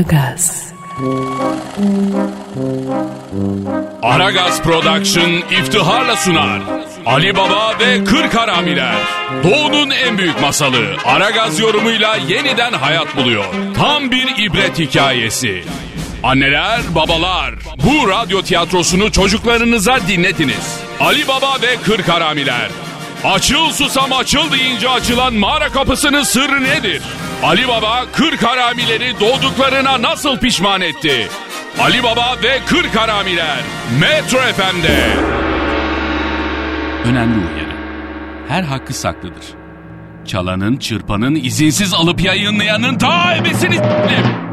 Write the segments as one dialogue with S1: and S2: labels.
S1: Aragaz,
S2: Aragaz Production iftiharla sunar. Ali Baba ve 40 Haramiler. Doğu'nun en büyük masalı Aragaz yorumuyla yeniden hayat buluyor. Tam bir ibret hikayesi. Anneler, babalar, bu radyo tiyatrosunu çocuklarınıza dinletiniz. Ali Baba ve 40 Haramiler. Açıl susam açıl deyince açılan mağara kapısının sırrı nedir? Ali Baba 40 haramileri doğduklarına nasıl pişman etti? Ali Baba ve 40 haramiler Metro FM'de. Önemli uyarı. Her hakkı saklıdır. Çalanın, çırpanın, izinsiz alıp yayınlayanın ta ebesini s**tim.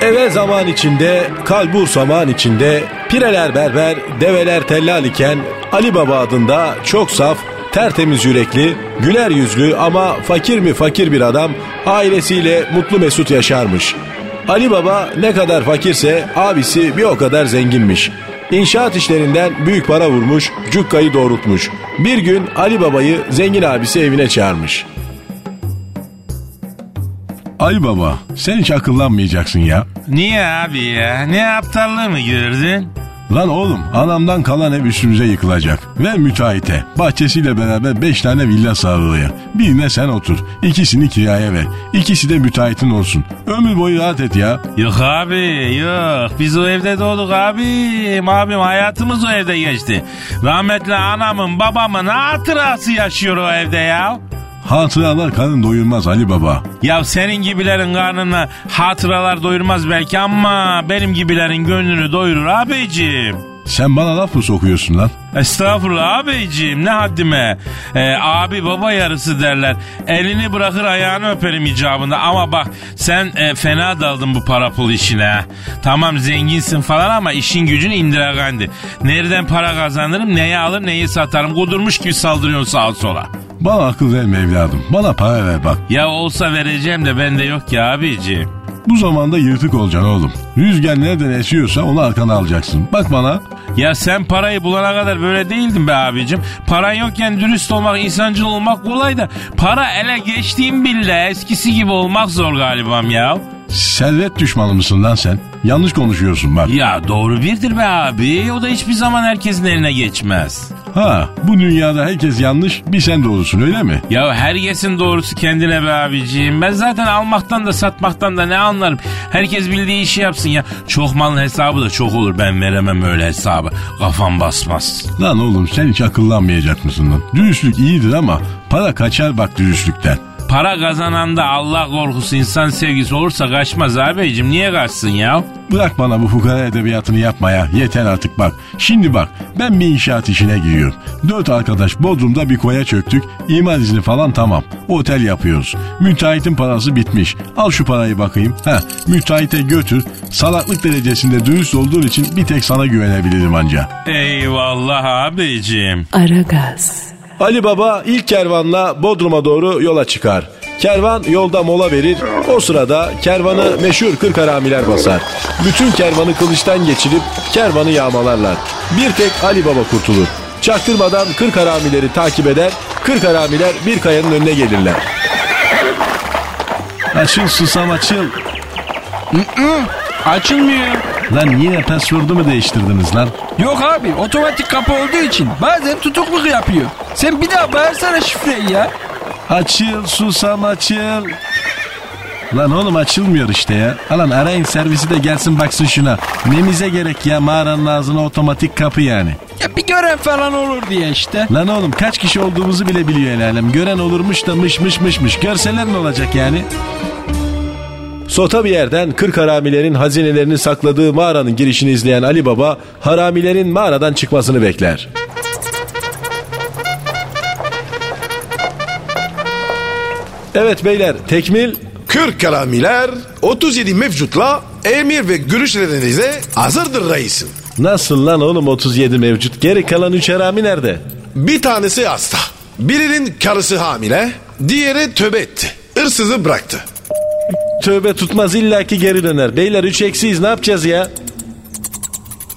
S3: Eve zaman içinde, kalbur zaman içinde, pireler berber, develer tellal iken Ali Baba adında çok saf, tertemiz yürekli, güler yüzlü ama fakir mi fakir bir adam ailesiyle mutlu mesut yaşarmış. Ali Baba ne kadar fakirse abisi bir o kadar zenginmiş. İnşaat işlerinden büyük para vurmuş, cukkayı doğrultmuş. Bir gün Ali Baba'yı zengin abisi evine çağırmış.
S4: Ali Baba sen hiç akıllanmayacaksın ya.
S5: Niye abi ya? Ne aptallığı mı girdin?
S4: Lan oğlum anamdan kalan ev üstümüze yıkılacak. Ve müteahhite bahçesiyle beraber 5 tane villa sağlıyor. Birine sen otur. ikisini kiraya ver. İkisi de müteahhitin olsun. Ömür boyu rahat et ya.
S5: Yok abi yok. Biz o evde doğduk abim. Abim hayatımız o evde geçti. Rahmetli anamın babamın hatırası yaşıyor o evde ya.
S4: Hatıralar karın doyurmaz Ali Baba.
S5: Ya senin gibilerin karnına hatıralar doyurmaz belki ama benim gibilerin gönlünü doyurur abicim.
S4: Sen bana laf mı sokuyorsun lan?
S5: Estağfurullah abicim ne haddime. Ee, abi baba yarısı derler. Elini bırakır ayağını öperim icabında. Ama bak sen e, fena daldın bu para pul işine. ha. Tamam zenginsin falan ama işin gücün indiragandi. Nereden para kazanırım neyi alır neyi satarım. Kudurmuş gibi saldırıyorsun sağa sola.
S4: Bana akıl verme evladım. Bana para ver bak.
S5: Ya olsa vereceğim de bende yok ya abicim.
S4: Bu zamanda yırtık olacaksın oğlum. Rüzgar nereden esiyorsa onu arkana alacaksın. Bak bana.
S5: Ya sen parayı bulana kadar böyle değildin be abicim. Paran yokken dürüst olmak, insancıl olmak kolay da para ele geçtiğim bile eskisi gibi olmak zor galibam ya.
S4: Servet düşmanı mısın lan sen? Yanlış konuşuyorsun bak.
S5: Ya doğru birdir be abi. O da hiçbir zaman herkesin eline geçmez.
S4: Ha bu dünyada herkes yanlış bir sen doğrusun öyle mi?
S5: Ya herkesin doğrusu kendine be abicim. Ben zaten almaktan da satmaktan da ne anlarım. Herkes bildiği işi yapsın ya. Çok malın hesabı da çok olur. Ben veremem öyle hesabı. Kafam basmaz.
S4: Lan oğlum sen hiç akıllanmayacak mısın lan? Dürüstlük iyidir ama para kaçar bak dürüstlükten.
S5: Para kazanan da Allah korkusu insan sevgisi olursa kaçmaz abicim. Niye kaçsın ya?
S4: Bırak bana bu fukara edebiyatını yapmaya. Yeter artık bak. Şimdi bak ben bir inşaat işine giriyorum. Dört arkadaş Bodrum'da bir koya çöktük. İmar izni falan tamam. Otel yapıyoruz. Müteahhitin parası bitmiş. Al şu parayı bakayım. Ha, müteahhite götür. Salaklık derecesinde dürüst olduğun için bir tek sana güvenebilirim anca.
S5: Eyvallah abicim.
S1: Aragaz,
S3: Ali Baba ilk kervanla Bodrum'a doğru yola çıkar. Kervan yolda mola verir. O sırada kervanı meşhur kırk haramiler basar. Bütün kervanı kılıçtan geçirip kervanı yağmalarlar. Bir tek Ali Baba kurtulur. Çaktırmadan kırk haramileri takip eder. Kırk haramiler bir kayanın önüne gelirler.
S4: Açıl susam açıl.
S6: Açılmıyor.
S4: Lan yine password'u mu değiştirdiniz lan?
S6: Yok abi otomatik kapı olduğu için bazen tutukluk yapıyor. Sen bir daha bağırsana şifreyi ya.
S4: Açıl susam açıl. Lan oğlum açılmıyor işte ya. Alan arayın servisi de gelsin baksın şuna. Nemize gerek ya mağaranın ağzına otomatik kapı yani.
S6: Ya bir gören falan olur diye işte.
S4: Lan oğlum kaç kişi olduğumuzu bile biliyor el alem. Gören olurmuş da mış mış mış mış. Görseler ne olacak yani?
S3: Sota bir yerden 40 haramilerin hazinelerini sakladığı mağaranın girişini izleyen Ali Baba, haramilerin mağaradan çıkmasını bekler. Evet beyler, tekmil
S7: 40 karamiler 37 mevcutla emir ve görüşlerinize hazırdır reisim.
S3: nasıl lan oğlum 37 mevcut? Geri kalan 3 harami nerede?
S7: Bir tanesi hasta. Birinin karısı hamile, diğeri tövbe etti. Hırsızı bıraktı.
S3: Tövbe tutmaz illaki geri döner. Beyler 3 eksiyiz ne yapacağız ya?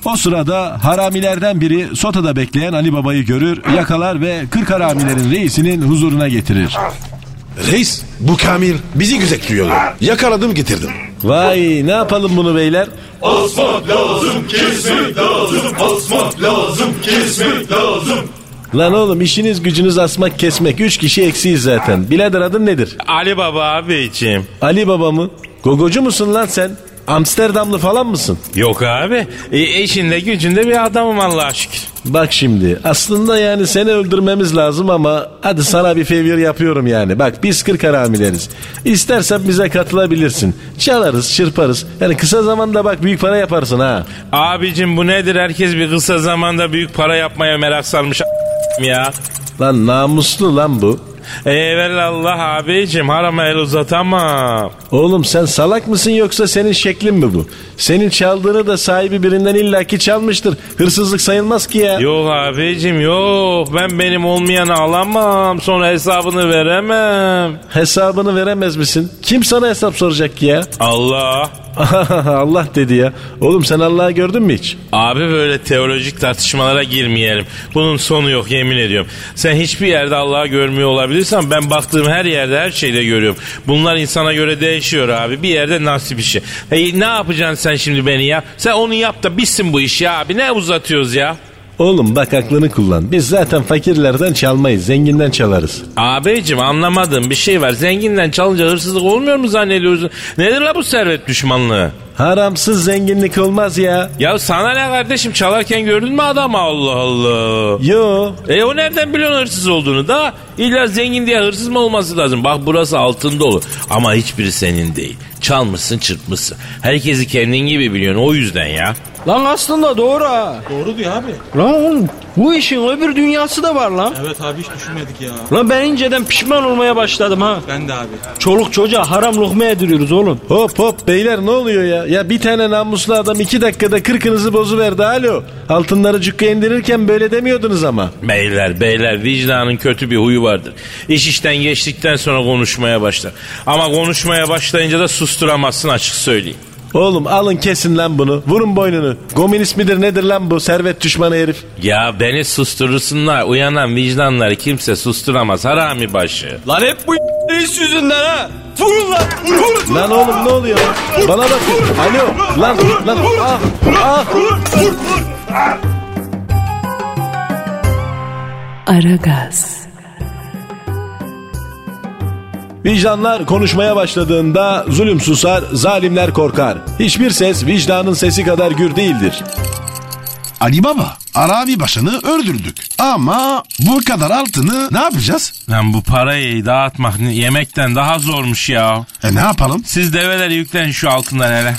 S4: O sırada haramilerden biri sotada bekleyen Ali Baba'yı görür, yakalar ve 40 haramilerin reisinin huzuruna getirir.
S7: Reis bu Kamil bizi gözetliyor. Yakaladım getirdim.
S3: Vay ne yapalım bunu beyler?
S8: Asmak lazım, kesmek lazım, asmak lazım, kesmek lazım.
S3: Lan oğlum işiniz gücünüz asmak kesmek. Üç kişi eksiyiz zaten. Bilader adın nedir?
S5: Ali Baba abicim.
S3: Ali Baba mı? Gogocu musun lan sen? Amsterdamlı falan mısın?
S5: Yok abi. E, eşinde gücünde bir adamım Allah'a şükür.
S3: Bak şimdi aslında yani seni öldürmemiz lazım ama hadi sana bir favor yapıyorum yani. Bak biz 40 haramileriz. İstersen bize katılabilirsin. Çalarız, çırparız. Yani kısa zamanda bak büyük para yaparsın ha.
S5: Abicim bu nedir? Herkes bir kısa zamanda büyük para yapmaya merak sarmış a- ya.
S3: Lan namuslu lan bu.
S5: Eyvallah abicim harama el uzatamam.
S3: Oğlum sen salak mısın yoksa senin şeklin mi bu? Senin çaldığını da sahibi birinden illaki çalmıştır. Hırsızlık sayılmaz ki ya.
S5: Yok abicim yok ben benim olmayanı alamam sonra hesabını veremem.
S3: Hesabını veremez misin? Kim sana hesap soracak ki ya?
S5: Allah.
S3: Allah dedi ya. Oğlum sen Allah'ı gördün mü hiç?
S5: Abi böyle teolojik tartışmalara girmeyelim. Bunun sonu yok yemin ediyorum. Sen hiçbir yerde Allah'ı görmüyor olabilirsen ben baktığım her yerde her şeyde görüyorum. Bunlar insana göre değişiyor abi. Bir yerde nasip işi. E, ne yapacaksın sen şimdi beni ya? Sen onu yap da bitsin bu iş ya abi. Ne uzatıyoruz ya?
S3: Oğlum bak aklını kullan. Biz zaten fakirlerden çalmayız, zenginden çalarız.
S5: Abicim anlamadığım bir şey var. Zenginden çalınca hırsızlık olmuyor mu zannediyorsun? Nedir la bu servet düşmanlığı?
S3: Haramsız zenginlik olmaz ya.
S5: Ya sana ne kardeşim çalarken gördün mü adamı Allah Allah.
S3: Yo,
S5: E o nereden biliyorsun hırsız olduğunu da? İlla zengin diye hırsız mı olması lazım? Bak burası altın dolu ama hiçbiri senin değil. Çalmışsın çırpmışsın. Herkesi kendin gibi biliyorsun o yüzden ya.
S6: Lan aslında doğru ha.
S8: Doğru diyor abi.
S6: Lan oğlum bu işin öbür dünyası da var lan.
S8: Evet abi hiç düşünmedik ya.
S6: Lan ben inceden pişman olmaya başladım ha.
S8: Ben de abi.
S6: Çoluk çocuğa haram lokma yediriyoruz oğlum.
S3: hop hop beyler ne oluyor ya? Ya bir tane namuslu adam iki dakikada kırkınızı bozuverdi alo. Altınları cukka indirirken böyle demiyordunuz ama.
S5: Beyler beyler vicdanın kötü bir huyu vardır. İş işten geçtikten sonra konuşmaya başlar. Ama konuşmaya başlayınca da susturamazsın açık söyleyeyim.
S3: Oğlum alın kesin lan bunu. Vurun boynunu. Gominist midir nedir lan bu servet düşmanı herif?
S5: Ya beni susturursunlar. Uyanan vicdanları kimse susturamaz. Harami başı.
S6: Lan hep bu reis yüzünden ha. Vurun lan. Vur.
S3: Lan oğlum ne oluyor? Bana bakın. Alo. Lan lan. Ah, ah.
S1: Aragaz,
S3: Vicdanlar konuşmaya başladığında zulüm susar, zalimler korkar. Hiçbir ses vicdanın sesi kadar gür değildir.
S9: Ali Baba, Arabi Başan'ı öldürdük. Ama bu kadar altını ne yapacağız?
S5: Lan bu parayı dağıtmak ne- yemekten daha zormuş ya.
S9: E ne yapalım?
S5: Siz develeri yükleyin şu altından hele.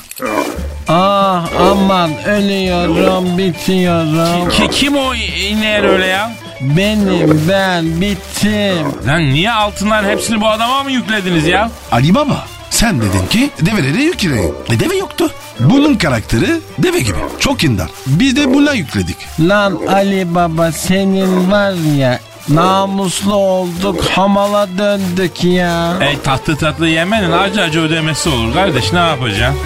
S6: Ah aman ölüyorum bitiyorum.
S5: Ki, kim o iğneyen öyle ya?
S6: Benim ben bittim.
S5: Lan niye altından hepsini bu adama mı yüklediniz ya?
S9: Ali Baba, sen dedin ki develere yükleyin. E deve yoktu. Bunun karakteri deve gibi. Çok indar. Biz de buna yükledik.
S6: Lan Ali Baba senin var ya namuslu olduk hamala döndük ya.
S5: Ey tatlı tatlı yemenin acı acı ödemesi olur kardeş ne yapacaksın?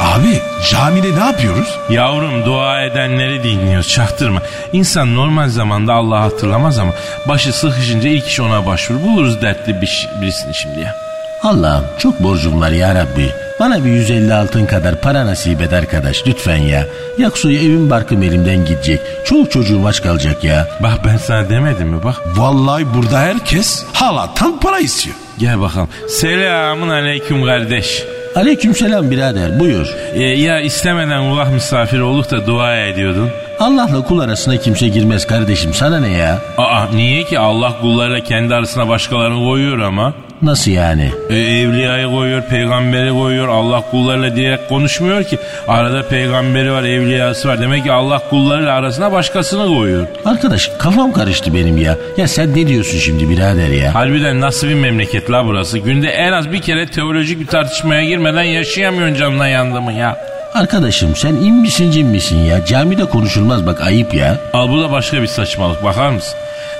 S9: Abi, camide ne yapıyoruz?
S5: Yavrum dua edenleri dinliyor çaktırma. İnsan normal zamanda Allah'ı hatırlamaz ama başı sıkışınca ilk iş ona başvurur. Buluruz dertli bir, ş- birisini şimdi ya.
S10: Allah'ım çok borcum var ya Rabbi. Bana bir 150 altın kadar para nasip et arkadaş lütfen ya. Yoksa evim barkım elimden gidecek. Çoluk çocuğum aç kalacak ya.
S5: Bak ben sana demedim mi bak.
S9: Vallahi burada herkes halatan para istiyor.
S5: Gel bakalım. Selamun aleyküm kardeş.
S10: Aleykümselam birader buyur.
S5: Ee, ya istemeden kulak misafiri olup da dua ediyordun.
S10: Allah'la kul arasına kimse girmez kardeşim sana ne ya?
S5: Aa niye ki Allah kullarıyla kendi arasına başkalarını koyuyor ama.
S10: Nasıl yani?
S5: E, evliyayı koyuyor, peygamberi koyuyor. Allah kullarıyla direkt konuşmuyor ki. Arada peygamberi var, evliyası var. Demek ki Allah kullarıyla arasına başkasını koyuyor.
S10: Arkadaş kafam karıştı benim ya. Ya sen ne diyorsun şimdi birader ya?
S5: Harbiden nasıl bir memleket la burası? Günde en az bir kere teolojik bir tartışmaya girmeden yaşayamıyorsun canına yandı mı ya?
S10: Arkadaşım sen in misin cin misin ya? Camide konuşulmaz bak ayıp ya.
S5: Al bu da başka bir saçmalık bakar mısın?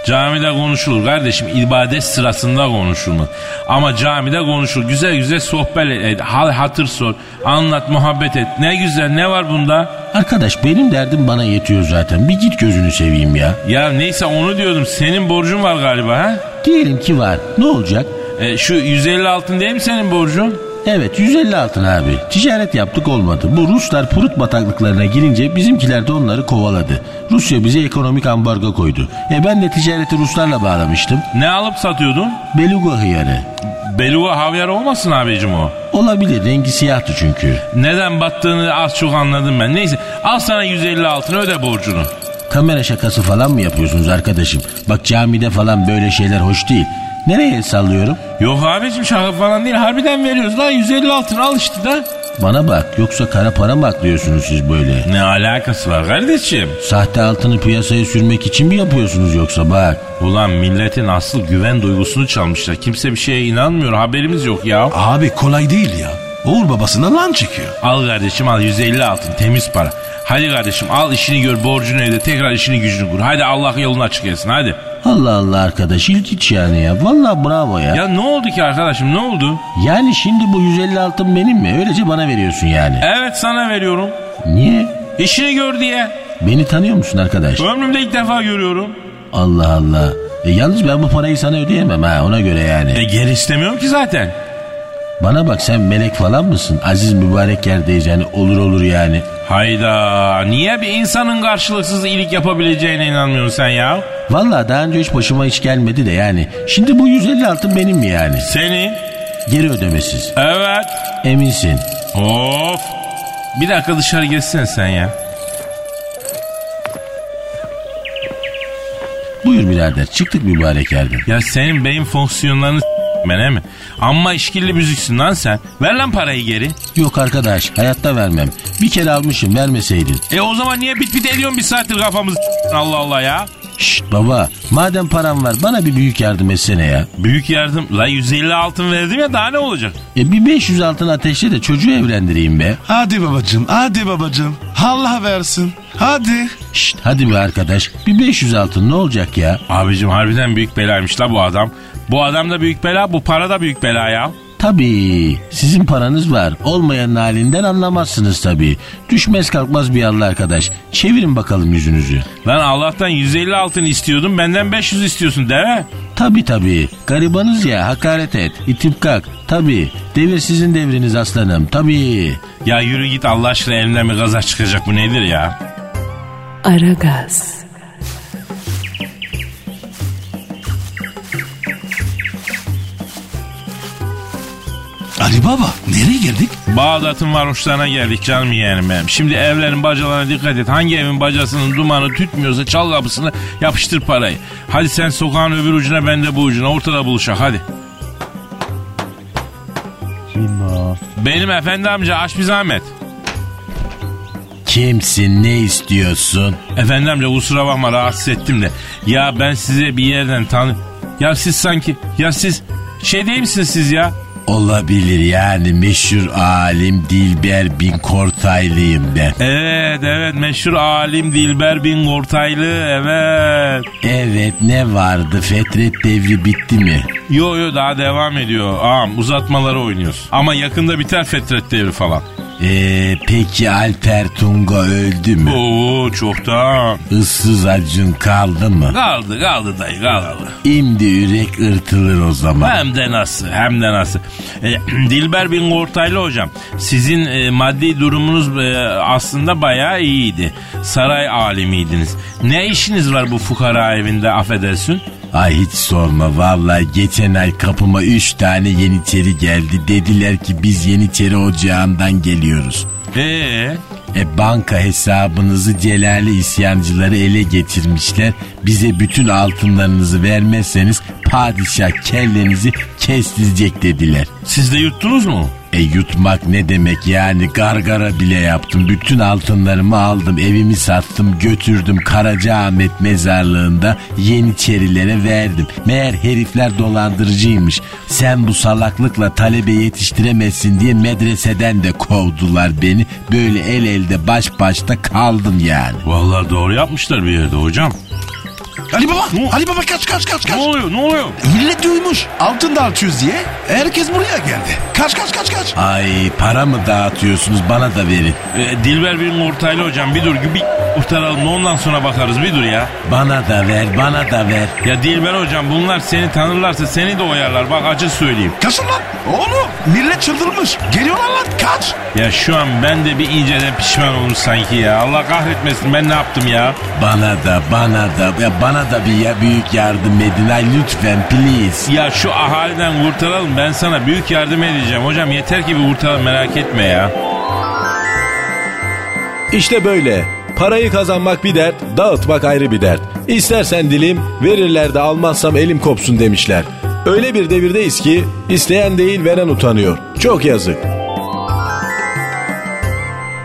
S5: Camide konuşulur kardeşim. ibadet sırasında konuşulmaz. Ama camide konuşulur. Güzel güzel sohbet et. Hal hatır sor. Anlat muhabbet et. Ne güzel ne var bunda?
S10: Arkadaş benim derdim bana yetiyor zaten. Bir git gözünü seveyim ya.
S5: Ya neyse onu diyordum. Senin borcun var galiba ha?
S10: Diyelim ki var. Ne olacak?
S5: E, şu 150 altın değil mi senin borcun?
S10: Evet 150 altın abi. Ticaret yaptık olmadı. Bu Ruslar purut bataklıklarına girince bizimkiler de onları kovaladı. Rusya bize ekonomik ambargo koydu. E ben de ticareti Ruslarla bağlamıştım.
S5: Ne alıp satıyordun?
S10: Beluga hıyarı.
S5: Beluga havyar olmasın abicim o.
S10: Olabilir rengi siyahtı çünkü.
S5: Neden battığını az çok anladım ben. Neyse al sana 150 altını öde borcunu.
S10: Kamera şakası falan mı yapıyorsunuz arkadaşım? Bak camide falan böyle şeyler hoş değil. Nereye el sallıyorum?
S5: Yok abicim şaka falan değil harbiden veriyoruz lan 150 altın al işte da.
S10: Bana bak yoksa kara para mı aklıyorsunuz siz böyle?
S5: Ne alakası var kardeşim?
S10: Sahte altını piyasaya sürmek için mi yapıyorsunuz yoksa bak?
S5: Ulan milletin asıl güven duygusunu çalmışlar. Kimse bir şeye inanmıyor haberimiz yok ya.
S9: Abi kolay değil ya. Oğul babasına lan çekiyor.
S5: Al kardeşim al 150 altın temiz para. Hadi kardeşim al işini gör borcunu öde tekrar işini gücünü kur. Hadi Allah yolunu açık etsin hadi.
S10: Allah Allah arkadaş ilginç yani ya. Valla bravo ya.
S5: Ya ne oldu ki arkadaşım ne oldu?
S10: Yani şimdi bu 150 altın benim mi? Öylece bana veriyorsun yani.
S5: Evet sana veriyorum.
S10: Niye?
S5: İşini gör diye.
S10: Beni tanıyor musun arkadaş?
S5: Ömrümde ilk defa görüyorum.
S10: Allah Allah. E yalnız ben bu parayı sana ödeyemem ha ona göre yani.
S5: E geri istemiyorum ki zaten.
S10: Bana bak sen melek falan mısın? Aziz mübarek yerdeyiz yani olur olur yani.
S5: Hayda niye bir insanın karşılıksız iyilik yapabileceğine inanmıyorsun sen ya?
S10: Valla daha önce hiç başıma hiç gelmedi de yani. Şimdi bu 150 altın benim mi yani?
S5: Seni?
S10: Geri ödemesiz.
S5: Evet.
S10: Eminsin.
S5: Of. Bir dakika dışarı geçsene sen ya.
S10: Buyur birader çıktık mübarek yerden.
S5: Ya senin beyin fonksiyonlarını s- ben he mi? Amma işkilli müziksin lan sen. Ver lan parayı geri.
S10: Yok arkadaş hayatta vermem. Bir kere almışım vermeseydin.
S5: E o zaman niye bit bit ediyorsun bir saattir kafamızı s- Allah Allah ya.
S10: Şşt baba madem param var bana bir büyük yardım etsene ya.
S5: Büyük yardım. La 150 altın verdim ya daha ne olacak?
S10: E bir 500 altın ateşle de çocuğu evlendireyim be.
S9: Hadi babacım, hadi babacım. Allah versin. Hadi.
S10: Şşt hadi be arkadaş bir 500 altın ne olacak ya?
S5: Abicim harbiden büyük belaymış la bu adam. Bu adam da büyük bela bu para da büyük bela ya.
S10: Tabii sizin paranız var. Olmayan halinden anlamazsınız tabii. Düşmez kalkmaz bir Allah arkadaş. Çevirin bakalım yüzünüzü.
S5: Lan Allah'tan 150 altın istiyordum benden 500 istiyorsun deve.
S10: Tabii tabii. Garibanız ya hakaret et. İtip kalk. Tabii. Devir sizin devriniz aslanım. Tabii.
S5: Ya yürü git Allah aşkına elimden bir gaza çıkacak bu nedir ya?
S1: Aragaz.
S9: Ali Baba, nereye girdik?
S5: Bağdat'ın varoşlarına geldik canım yeğenim benim. Şimdi evlerin bacalarına dikkat et. Hangi evin bacasının dumanı tütmüyorsa çal kapısını yapıştır parayı. Hadi sen sokağın öbür ucuna ben de bu ucuna ortada buluşak hadi. Benim efendi amca aç bir zahmet.
S10: Kimsin ne istiyorsun?
S5: Efendi amca kusura bakma rahatsız ettim de. Ya ben size bir yerden tanı... Ya siz sanki... Ya siz... Şey değil misiniz siz ya?
S10: Olabilir yani meşhur alim Dilber bin Kortaylıyım ben.
S5: Evet evet meşhur alim Dilber bin Kortaylı evet.
S10: Evet ne vardı Fetret devri bitti mi?
S5: Yo yo daha devam ediyor. Ağam uzatmaları oynuyoruz. Ama yakında biter Fetret devri falan.
S10: Ee, peki Alper Tunga öldü mü?
S5: Oo çoktan.
S10: Issız acın kaldı mı?
S5: Kaldı kaldı dayı kaldı.
S10: İmdi ürek ırtılır o zaman.
S5: Hem de nasıl hem de nasıl. E, Dilber bin Kortaylı hocam sizin e, maddi durumunuz e, aslında bayağı iyiydi. Saray alimiydiniz. Ne işiniz var bu fukara evinde affedersin?
S10: Ay hiç sorma vallahi geçen ay kapıma üç tane yeniçeri geldi. Dediler ki biz yeniçeri ocağından geliyoruz.
S5: Eee?
S10: E banka hesabınızı Celali isyancıları ele geçirmişler. Bize bütün altınlarınızı vermezseniz padişah kellenizi kestirecek dediler.
S5: Siz de yuttunuz mu?
S10: E yutmak ne demek yani gargara bile yaptım. Bütün altınlarımı aldım evimi sattım götürdüm Karacaahmet mezarlığında Yeniçerilere verdim. Meğer herifler dolandırıcıymış. Sen bu salaklıkla talebe yetiştiremezsin diye medreseden de kovdular beni. Böyle el elde baş başta kaldım yani.
S5: Vallahi doğru yapmışlar bir yerde hocam.
S9: Ali Baba, Ali Baba kaç kaç kaç kaç.
S5: Ne oluyor ne oluyor?
S9: Millet duymuş. Altın dağıtıyoruz diye. Herkes buraya geldi. Kaç kaç kaç kaç.
S10: Ay para mı dağıtıyorsunuz bana da verin.
S5: Ee, Dilber bir ortaylı hocam bir dur bir kurtaralım da ondan sonra bakarız bir dur ya.
S10: Bana da ver bana da ver.
S5: Ya Dilber hocam bunlar seni tanırlarsa seni de oyarlar bak acı söyleyeyim.
S9: Kaçın lan. Oğlum millet çıldırmış. Geliyorlar lan kaç.
S5: Ya şu an ben de bir inceden pişman oldum sanki ya. Allah kahretmesin ben ne yaptım ya.
S10: Bana da bana da ya bana da bir ya büyük yardım edin ay lütfen please.
S5: Ya şu ahaliden kurtaralım ben sana büyük yardım edeceğim. Hocam yeter ki bir kurtaralım merak etme ya.
S3: İşte böyle. Parayı kazanmak bir dert, dağıtmak ayrı bir dert. İstersen dilim, verirler de almazsam elim kopsun demişler. Öyle bir devirdeyiz ki isteyen değil veren utanıyor. Çok yazık.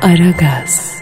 S1: Aragaz.